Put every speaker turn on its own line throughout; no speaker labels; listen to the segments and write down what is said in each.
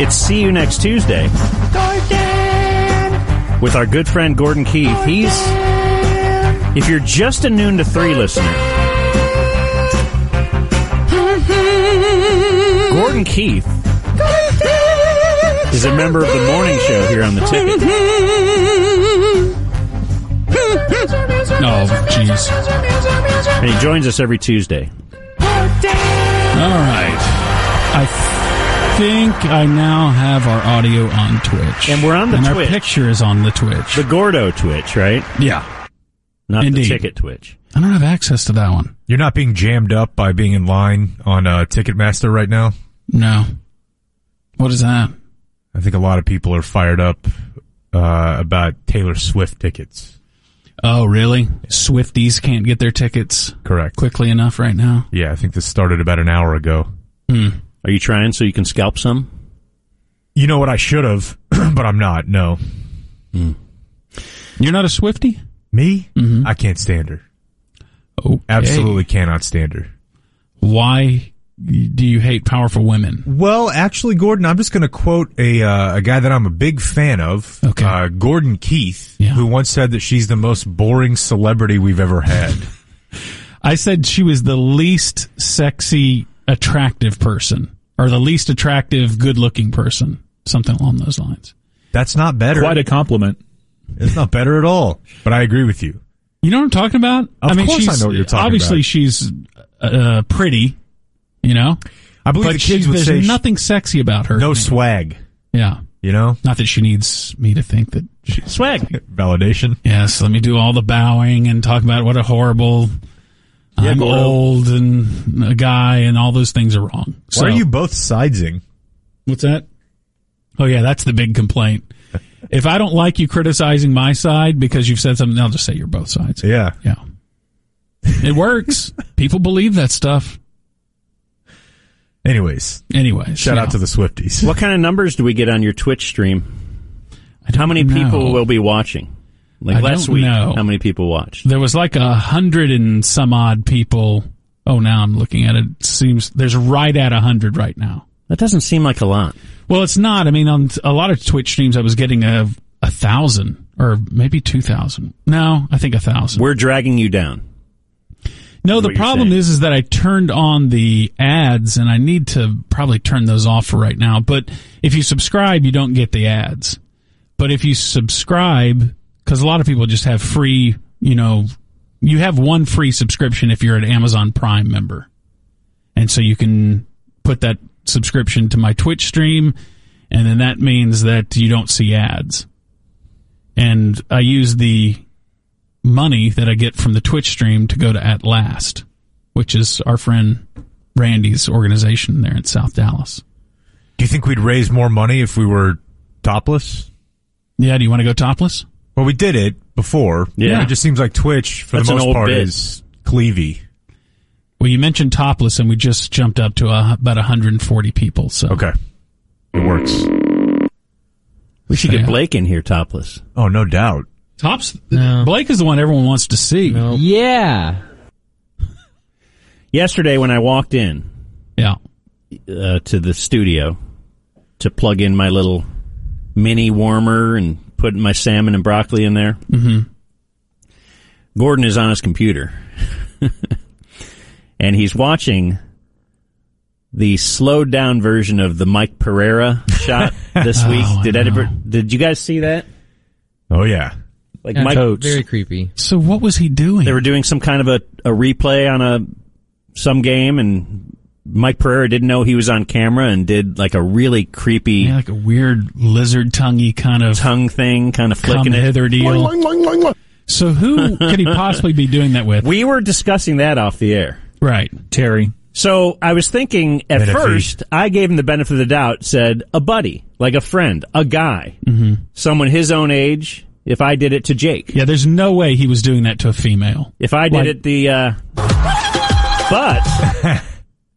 It's see you next Tuesday with our good friend Gordon Keith. He's if you're just a noon to three listener, Gordon Keith is a member of the morning show here on the ticket.
Oh, jeez.
And he joins us every Tuesday.
All right. I think I now have our audio on Twitch.
And we're on the
and
Twitch.
our picture is on the Twitch.
The Gordo Twitch, right?
yeah.
Not
Indeed.
the ticket Twitch.
I don't have access to that one.
You're not being jammed up by being in line on uh, Ticketmaster right now.
No. What is that?
I think a lot of people are fired up uh, about Taylor Swift tickets.
Oh, really? Swifties can't get their tickets
Correct.
quickly enough right now.
Yeah, I think this started about an hour ago.
Are you trying so you can scalp some?
You know what? I should have, but I'm not. No,
You're not a Swifty?
me. I can't stand her.
Oh,
Absolutely cannot stand her.
Why do you hate powerful women?
Well, actually, Gordon, I'm just going to quote a uh, a guy that I'm a big fan of,
Okay.
uh, Gordon Keith,
Yeah.
who once said that she's the most boring celebrity we've ever had.
I said she was the least sexy, attractive person, or the least attractive, good looking person. Something along those lines.
That's not better.
Quite a compliment.
it's not better at all. But I agree with you.
You know what I'm talking about?
Of
I mean,
course I
she's,
know what you're talking
obviously
about.
she's uh, pretty, you know,
I believe
but
the kids
she,
would
there's
say sh-
nothing sexy about her.
no
to me.
swag.
Yeah.
You know,
Not that she needs me to think that she's.
Swag.
validation.
Yes, let me do all the bowing and talk about what a horrible. I'm
Gordo.
old and a guy, and all those things are wrong. So,
Why are you both sidesing?
What's that? Oh yeah, that's the big complaint. if I don't like you criticizing my side because you've said something, I'll just say you're both sides.
Yeah.
Yeah. It works. People believe that stuff.
Anyways,
Anyway,
shout out to the Swifties.
What kind of numbers do we get on your Twitch stream? How many people will be watching? Like
I
last
don't
week,
know.
how many people watched?
There was like a hundred and some odd people. Oh, now I'm looking at it. Seems there's right at a hundred right now.
That doesn't seem like a lot.
Well, it's not. I mean, on a lot of Twitch streams, I was getting a a thousand or maybe two thousand. No, I think a thousand.
We're dragging you down.
No, the
what you're
problem
saying.
is is that I turned on the ads, and I need to probably turn those off for right now. But if you subscribe, you don't get the ads. But if you subscribe, because a lot of people just have free, you know, you have one free subscription if you're an Amazon Prime member, and so you can put that subscription to my Twitch stream, and then that means that you don't see ads. And I use the money that I get from the Twitch stream to go to At Last, which is our friend Randy's organization there in South Dallas.
Do you think we'd raise more money if we were topless?
Yeah, do you want to go topless?
Well, we did it before.
Yeah.
It just seems like Twitch, for
That's
the
an
most
old
part,
bit.
is cleavy.
Well, you mentioned topless, and we just jumped up to uh, about 140 people. So
Okay. It works.
We should
Yeah.
get Blake in here topless.
Oh, no doubt.
tops. Blake is the one everyone wants to see.
Yeah.
Yesterday, when I walked in
Yeah,
uh, to the studio to plug in my little mini warmer and put my salmon and broccoli in there, mm-hmm. Gordon is on his computer and he's watching the slowed down version of the Mike Pereira shot this week.
I
did
know.
ever, did you guys see that?
Oh, yeah.
Like
That's
Mike,
Very creepy.
So what was he doing?
they were doing some kind of a, a replay on a some game and Mike Pereira didn't know he was on camera and did like a really creepy
yeah, like a weird lizard tonguey kind of
tongue thing, kind of
come
flicking it.
hither deal. So who could he possibly be doing that with?
We were discussing that off the air.
right.
Terry.
So I was thinking at
Benefit.
first, I gave him the benefit of the doubt, said a buddy, like a friend, a guy, someone his own age. If I did it to Jake,
Mm-hmm. Yeah, there's no way he was doing that to a female.
if I did
Like-
it the, uh, but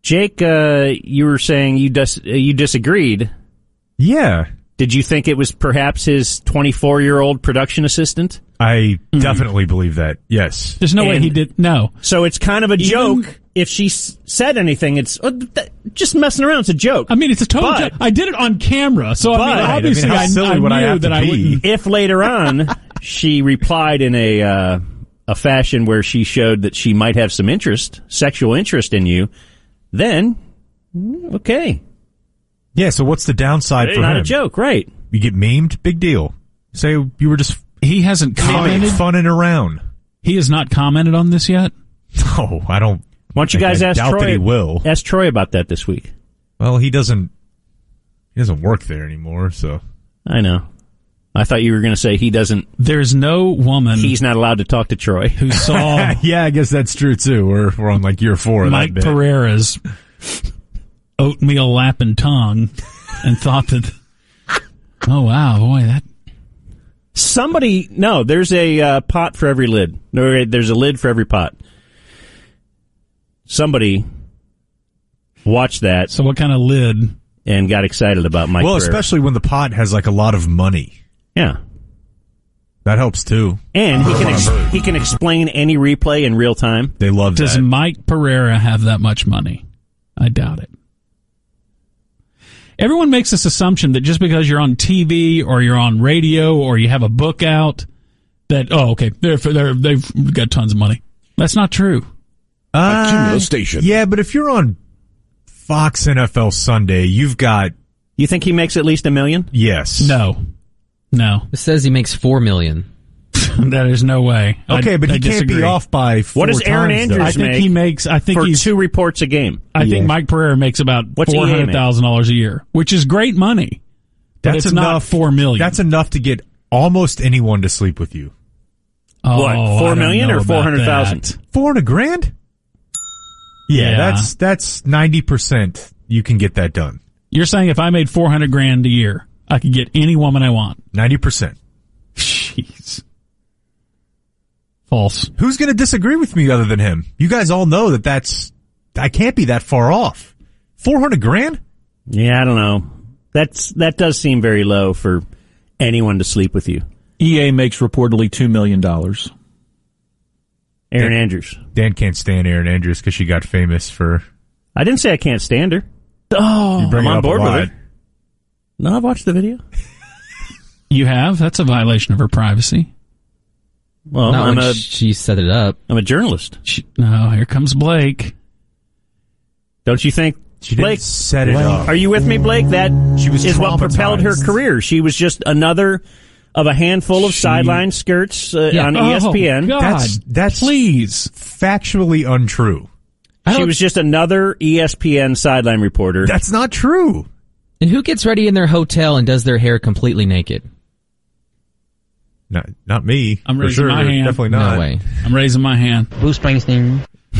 Jake, uh, you were saying you dis- uh, you disagreed.
Yeah.
Did you think it was perhaps his 24 year old production assistant?
Hmm.
I definitely believe that. Yes.
There's no way
And-
he did. No,
So it's kind of a joke if she s- said anything, it's uh, th- just messing around. It's a joke.
I mean, it's a total.
But-
joke. I did it on camera, so I
But-
mean,
Right, I mean,
obviously,
how
I,
silly
I
would I
knew
have
that
to
I
be?
wouldn't.
if later on she replied in a uh, a fashion where she showed that she might have some interest, sexual interest in you, then mm, okay,
Yeah, so what's the downside
it's
for
not
him?
a joke, right?
You get memed, big deal. Say you were just
He hasn't
commenting,
commented.
funning around.
He has not commented on this yet.
No, I don't.
Why don't you
I-
guys
I
ask
doubt
Troy?
that he will.
Ask Troy about that this week.
Well, he doesn't. He doesn't work there anymore, so
I know. I thought you were going to say he doesn't.
Hmm.
There's no woman
He's not allowed to talk to Troy.
who saw
yeah, I guess that's true too. We're we're on like year four. of
Mike
that bit.
Pereira's oatmeal lap and tongue and thought that, oh wow, boy, that
Somebody, no, there's a uh, pot for every lid. No, wait, There's a lid for every pot. Somebody watched that
So what kind of lid?
and got excited about Mike.
well,
Pereira.
especially when the pot has like a lot of money.
yeah,
That helps too.
and he can ex- he can explain any replay in real time.
They love
Does
that.
Mike Pereira have that much money? I doubt it. Everyone makes this assumption that just because you're on TV or you're on radio or you have a book out, that oh okay, they're, they're they've got tons of money. That's not true.
A
Uh,
Cumulus station.
yeah, but if you're on Fox NFL Sunday, you've got
You think he makes at least a million?
yes,
No, no,
It says he makes four million.
that is no way. I-
Okay, but
I
he can't
disagree.
be off by four
What does Aaron
times, though.
Andrews
I think
make
he makes. I think
For
he's.
two reports a game.
I think
Yeah.
Mike Pereira makes about
What's EA
four
make?
hundred thousand dollars a year, which is great money. but
That's
it's
enough.
not four million.
That's enough to get almost anyone to sleep with you.
Oh,
What,
I
four
don't
million
know
or
about
400,000?
that.
Four and a grand? Yeah,
Yeah.
that's that's ninety percent. You can get that done.
You're saying if I made four hundred grand a year, I could get any woman I want.
Ninety percent.
Jeez. False.
Who's going to disagree with me other than him? You guys all know that that's I can't be that far off. Four hundred grand?
Yeah, I don't know. That's that does seem very low for anyone to sleep with you.
EA E makes reportedly $2 million.
Aaron Andrews.
Dan can't stand Aaron Andrews because she got famous for
I didn't say I can't stand her.
Oh,
you
I'm
bring it
on
up a
board with
lot.
it. No, I've watched the video.
You have? That's a violation of her privacy.
Well,
Not
I'm
when
a
she set it up.
I'm a journalist.
She, no, here comes Blake.
Don't you think?
She didn't
Blake,
set it up.
are you with me, Blake? That
She was
is what propelled her
traumatized.
career. She was just another of a handful of
She-
sideline skirts uh,
Yeah.
on
Oh,
ESPN.
God,
That's- that's-
please.
Factually untrue.
I
She
don't-
was just another E ESPN sideline reporter.
That's not true.
and who gets ready in their hotel and does their hair completely naked?
Not not me.
I'm
for
raising
sure.
my hand.
Definitely
No
not.
way.
I'm raising my hand.
Bruce Springsteen.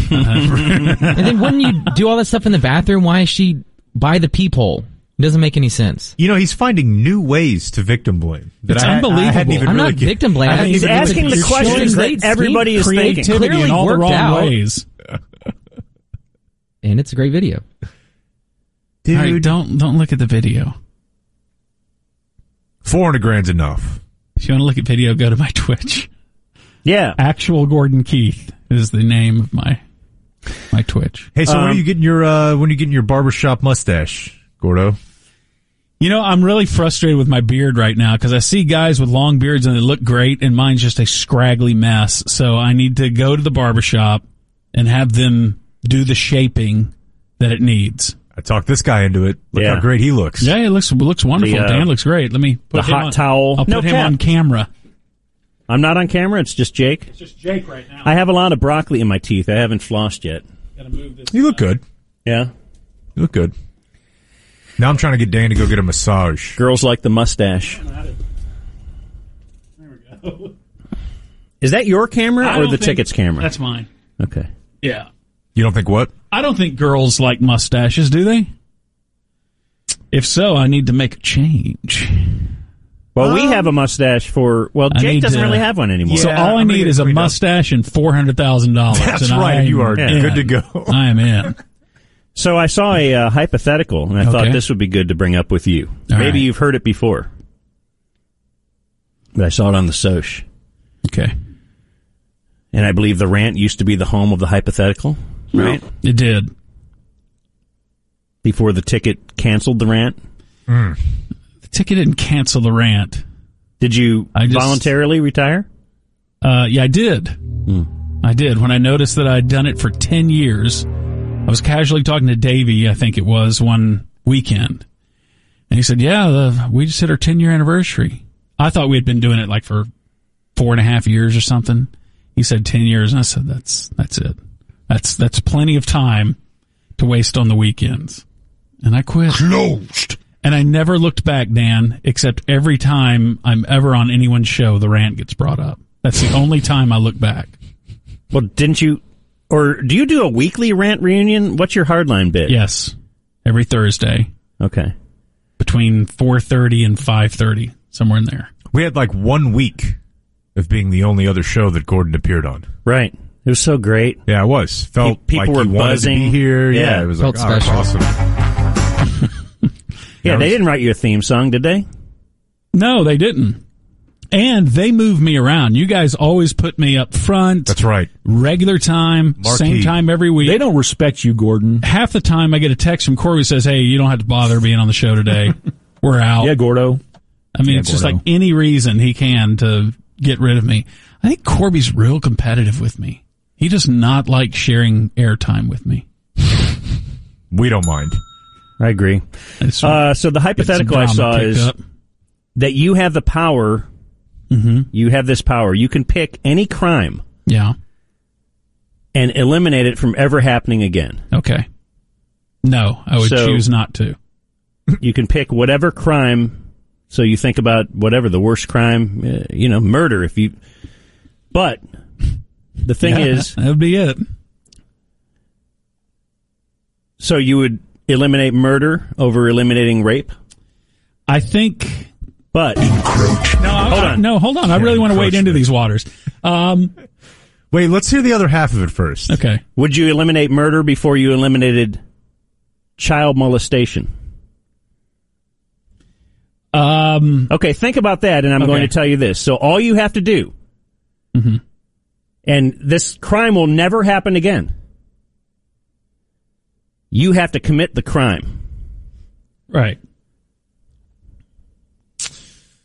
and then wouldn't you do all that stuff in the bathroom? Why is she by the peephole? It doesn't make any sense.
You know, he's finding new ways to victim blame. that
It's
I- I
unbelievable.
hadn't even
I'm
really
not victim blaming.
I hadn't
He's
even really
asking the
You're showing
questions
great
that
speed,
everybody is thinking.
creativity
Activity in all the
worked
wrong
out.
ways.
And it's a great video.
Dude,
All right, don't don't look at the video.
400 grand's enough.
If you want to look at video, go to my Twitch.
Yeah.
Actual Gordon Keith is the name of my my Twitch.
Hey, so when are
Um,
you getting your uh when are you getting your barbershop mustache, Gordo?
You know, I'm really frustrated with my beard right now because I see guys with long beards and they look great, and mine's just a scraggly mess. So I need to go to the barbershop and have them do the shaping that it needs.
I talked this guy into it. Look
Yeah.
how great he looks.
Yeah, it looks it looks wonderful.
The, uh,
Dan looks great. Let me put
the
him
hot
on-
towel.
I'll
No
put him
cap.
on camera.
I'm not on camera. It's just Jake. It's just Jake right now. I have a lot of broccoli in my teeth. I haven't flossed yet.
You look good.
Yeah.
You look good. Now I'm trying to get Dan to go get a massage.
Girls like the mustache. Is that your camera or the ticket's camera?
That's mine.
okay.
Yeah,
You don't think what?
I don't think girls like mustaches, do they? If so, I need to make a change.
Well, we have a mustache for. Well,
I
Jake
need
doesn't
to-
really have one anymore.
so
Yeah,
all I
I'm gonna
need
get
is a
cleaned up.
mustache and four hundred thousand dollars.
That's right, you are good to go.
I am in.
So I saw a uh, hypothetical, and I thought
Okay.
this would be good to bring up with you.
All
Maybe
right.
you've heard it before, but I saw it on the Soch,
Okay.
and I believe the rant used to be the home of the hypothetical. right?
It did.
Before the ticket canceled the rant.
The ticket didn't cancel the rant.
Did you
I just-
voluntarily retire?
Uh, yeah, I did. I did. When I noticed that I'd done it for 10 years, I was casually talking to Davey, I think it was, one weekend. And he said, Yeah, the, we just hit our 10 year anniversary. I thought we had been doing it like for four and a half years or something. He said 10 years. And I said, That's, that's it. That's, that's plenty of time to waste on the weekends. And I quit.
Closed.
And I never looked back, Dan, except every time I'm ever on anyone's show, the rant gets brought up. That's the only time I look back.
Well, didn't you? Or do you do a weekly rant reunion? What's your hardline bit?
Yes, every Thursday
Okay.
between 4:30 and 5:30, somewhere in there.
We had like one week of being the only other show that Gordon appeared on.
Right. It was so great.
Yeah, I was. Felt
Pe- people
like
were
he wanted to be
buzzing.
here. Yeah,
Yeah.
it was
Felt
like, oh, that's
special.
awesome.
Yeah,
That
they
was-
didn't write you a theme song, did they?
No, they didn't. And they moved me around. You guys always put me up front,
That's right.
regular time,
Marquee.
same time every week.
They don't respect you, Gordon.
Half the time I get a text from Corey who says, "Hey, you don't have to bother being on the show today. We're out."
Yeah, Gordo.
I mean, it's just
Gordo.
like any reason he can to get rid of me. I think Corby's real competitive with me. He does not like sharing airtime with me.
We don't mind.
I agree.
It's-
Uh, so the
it's a
hypothetical I
drama
saw
picked
is
up.
that you have the power. You have this power. You can pick any crime
yeah,
and eliminate it from ever happening again.
okay. No, I would
So-
choose not to.
you can pick whatever crime. So you think about whatever the worst crime, uh, you know, murder. If you, but the thing is,
that would be it.
so you would eliminate murder over eliminating rape.
I think.
But
No, I,
Hold
hold
on.
on. No, hold on. I really want to wade into
encroachment.
these waters. Um,
Wait, let's hear the other half of it first.
okay.
would you eliminate murder before you eliminated child molestation?
Um,
Okay, think about that, and I'm going to
Okay. Mm-hmm.
tell you this. So all you have to do, and this crime will never happen again. You have to commit the crime.
right.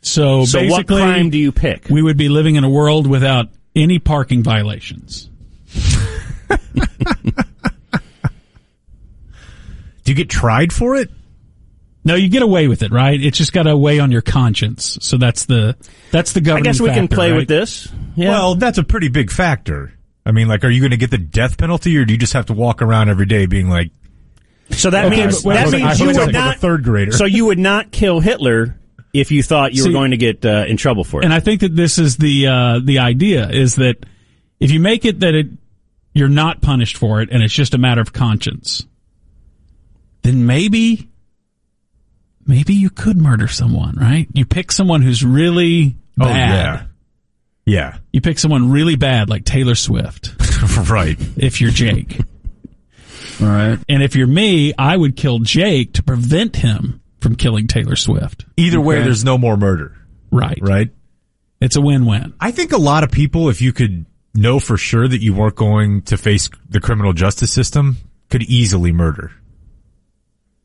So,
So
basically,
what crime do you pick?
we would be living in a world without any parking violations.
Do you get tried for it?
No, you get away with it, right? It's just got to weigh on your conscience. So that's the that's the
I
governing.
guess we can
factor,
play with
right?
this. Yeah.
Well, that's a pretty big factor. I mean, like, are you going to get the death penalty, or do you just have to walk around every day being like,
so that
Okay,
means
but-
that
wait a
means
second.
you
I hooked up
would
with
not
a third grader.
So you would not kill Hitler if you thought you
See-
were going to get uh, in trouble for it.
And I think that this is the uh, the idea is that if you make it that it you're not punished for it, and it's just a matter of conscience, then maybe maybe you could murder someone, right? You pick someone who's really
oh
bad.
yeah,
You pick someone really bad, like Taylor Swift.
yeah, right?
if you're Jake. All right. And if you're me, I would kill Jake to prevent him from killing Taylor Swift.
Either way, there's no more murder,
Right.
right?
It's a win-win.
I think a lot of people, if you could know for sure that you weren't going to face the criminal justice system, could easily murder.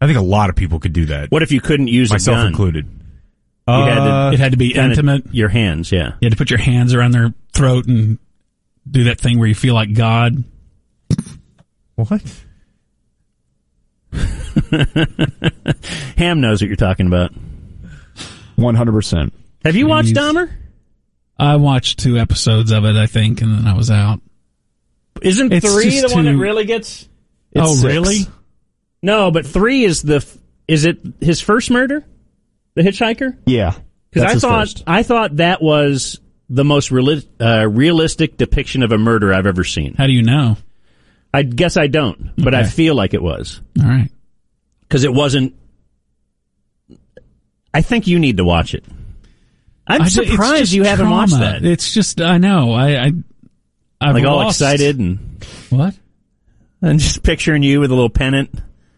I think a lot of people could do that,
what if you couldn't use a
myself
gun?
included.
You had to-
Uh,
It had to be
kinda
intimate.
Your hands, yeah.
You had to put your hands around their throat and do that thing where you feel like God.
What?
Ham knows what you're talking about.
100%.
Have you watched Dahmer?
I watched two episodes of it, I think, and then I was out.
Isn't
It's
three
just
the one that
too-
really gets?
oh,
six.
really?
No, but three is the f- is it his first murder, the hitchhiker?
Yeah.
Because
That's
I
his
thought
first.
I thought that was the most reali- uh, realistic depiction of a murder I've ever seen.
How do you know?
I guess I don't, but I
Okay.
feel like it was.
All right.
because it wasn't. I think you need to watch it. I'm
I ju- it's
surprised
just
you haven't
trauma.
watched that.
It's just I know I I I've
like all
lost-
excited and
What?
and just picturing you with a little pennant,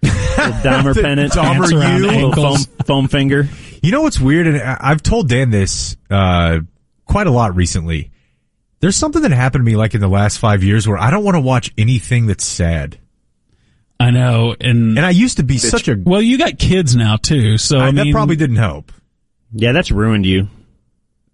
little Dahmer pennant,
Dahmer
around
you.
little foam,
ankles.
foam finger.
You know what's weird, and I- I've told Dan this uh, quite a lot recently. There's something that happened to me like in the last five years where I don't want to watch anything that's sad.
I know, and,
And I used to be such a.
well, you got kids now too, so I,
I- that
mean,
probably didn't help.
Yeah, that's ruined you.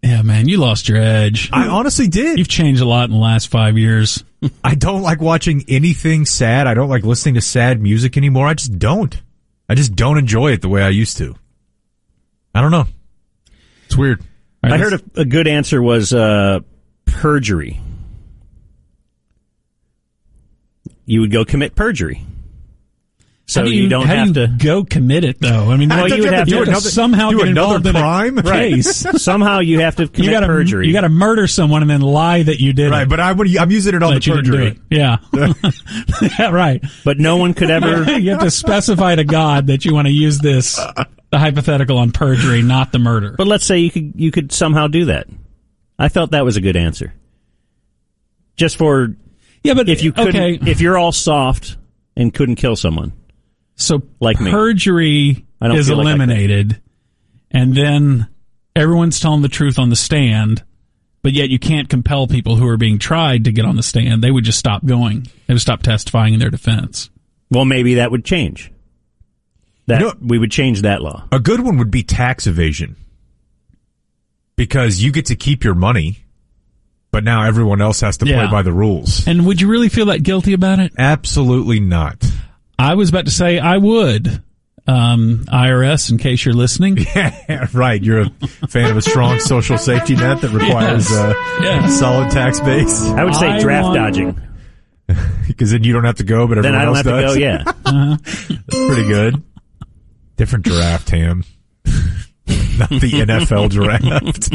yeah, man, you lost your edge.
I honestly did.
You've changed a lot in the last five years.
I don't like watching anything sad. I don't like listening to sad music anymore. I just don't. I just don't enjoy it the way I used to. I don't know. It's weird.
All
I
right,
heard
let's-
a, a good answer was uh, perjury. You would go commit perjury, so
How do
you, don't
how
have
do you
to.
go commit it though. I mean,
Well,
like,
you would have to do
another-
somehow
do
get
another
involved in a
crime?
Right.
case.
Somehow you have to commit
you got to
perjury.
You got to murder someone and then lie that you did
Right,
it.
but I, would- I'm using it on
that
the
you didn't do it.
perjury.
Yeah. yeah, right.
but no one could ever.
you have to specify to God that you want to use this the hypothetical on perjury, not the murder.
But let's say you could you could somehow do that. I felt that was a good answer. Just for
yeah, but
if you couldn't,
okay,
if you're all soft and couldn't kill someone,
so
like me.
perjury
I don't
is
feel like I could.
eliminated, and then everyone's telling the truth on the stand. But yet, you can't compel people who are being tried to get on the stand. They would just stop going. They would stop testifying in their defense.
well, maybe that would change. That
You know-
we would change that law.
A good one would be tax evasion. Because you get to keep your money, but now everyone else has to
Yeah.
play by the rules.
And would you really feel that guilty about it?
Absolutely not.
I was about to say I would. Um, IRS, in case you're listening.
right. You're a fan of a strong social safety net that requires
Yes.
uh, a
Yes.
solid tax base.
I would say
I
draft
want-
dodging.
Because then you don't have to go, but everyone
Then I don't
else
have
does.
to go. Yeah,
pretty good. Different draft, Ham. Not the NFL draft.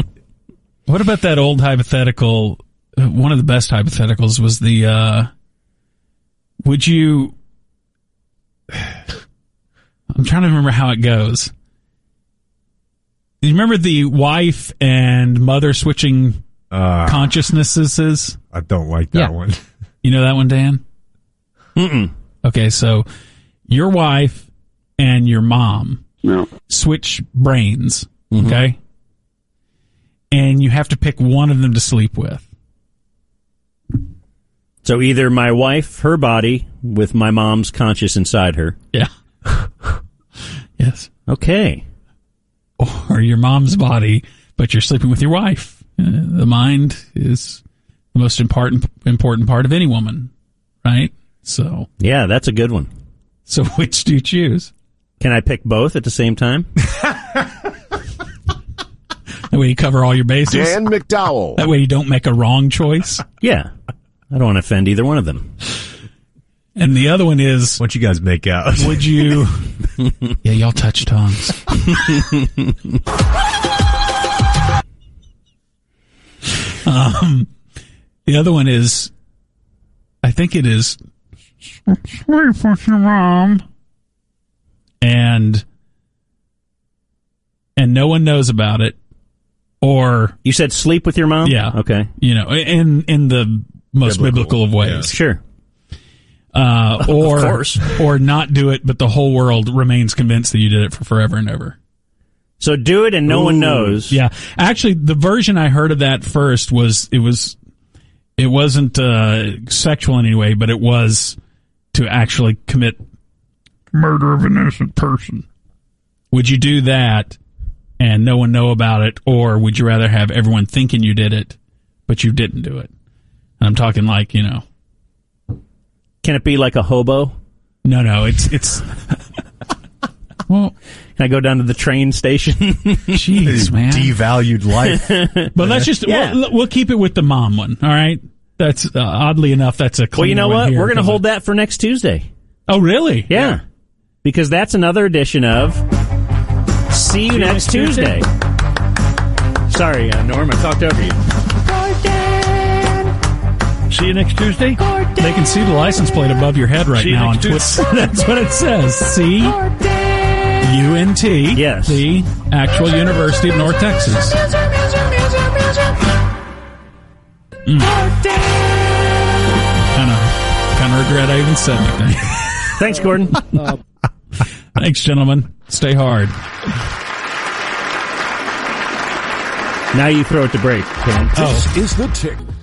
What about that old hypothetical? uh, One of the best hypotheticals was the, uh, would you, I'm trying to remember how it goes. You remember the wife and mother switching consciousnesses?
I don't like that
Yeah.
one.
You know that one, Dan? Mm-mm. Okay, so your wife and your mom switch brains, okay? And you have to pick one of them to sleep with.
So either my wife, her body, with my mom's conscious inside her.
Yeah. yes.
Okay.
Or your mom's body, but you're sleeping with your wife. Uh, the mind is the most important important part of any woman, right? So,
Yeah, that's a good one.
so which do you choose?
Can I pick both at the same time?
That way you cover all your bases.
Dan McDowell.
That way you don't make a wrong choice.
Yeah. I don't want to offend either one of them.
And the other one is,
What you guys make out?
would you? yeah, y'all touch tongues. um, the other one is, I think it is. Sleep with your mom. And and no one knows about it, or
You said sleep with your mom?
Yeah.
Okay.
you know, in in the most biblical,
Biblical,
of ways
Sure.
uh, or
course.
or not do it, but the whole world remains convinced that you did it for forever and ever.
So do it and no one knows.
Yeah, actually, the version I heard of that first was it was it wasn't uh, sexual in any way, but it was to actually commit murder of an innocent person. Would you do that and no one know about it, or would you rather have everyone thinking you did it, but you didn't do it? And I'm talking like you know,
Can it be like a hobo?
no, no, it's it's. Well,
Can I go down to the train station?
jeez, man.
Devalued life.
But let's just
Yeah.
we'll, we'll keep it with the mom one. All right. That's uh, oddly enough, that's a.
well, you
cleaner
know
one
what?
here,
We're going to
'cause
hold that for next Tuesday.
I- Oh, really?
Yeah. Because that's another edition of See You Next Tuesday. Sorry, uh, Norm, I talked over you.
See you next Tuesday. They can see the license plate above your head right
See you
now on
next
Twitter. that's what it says. See. UNT,
Yes.
the actual University of North Texas. Kind of, kind of regret I even said anything.
Thanks, Gordon.
Thanks, gentlemen. Stay hard.
now you throw it to break. Oh.
This is the tick.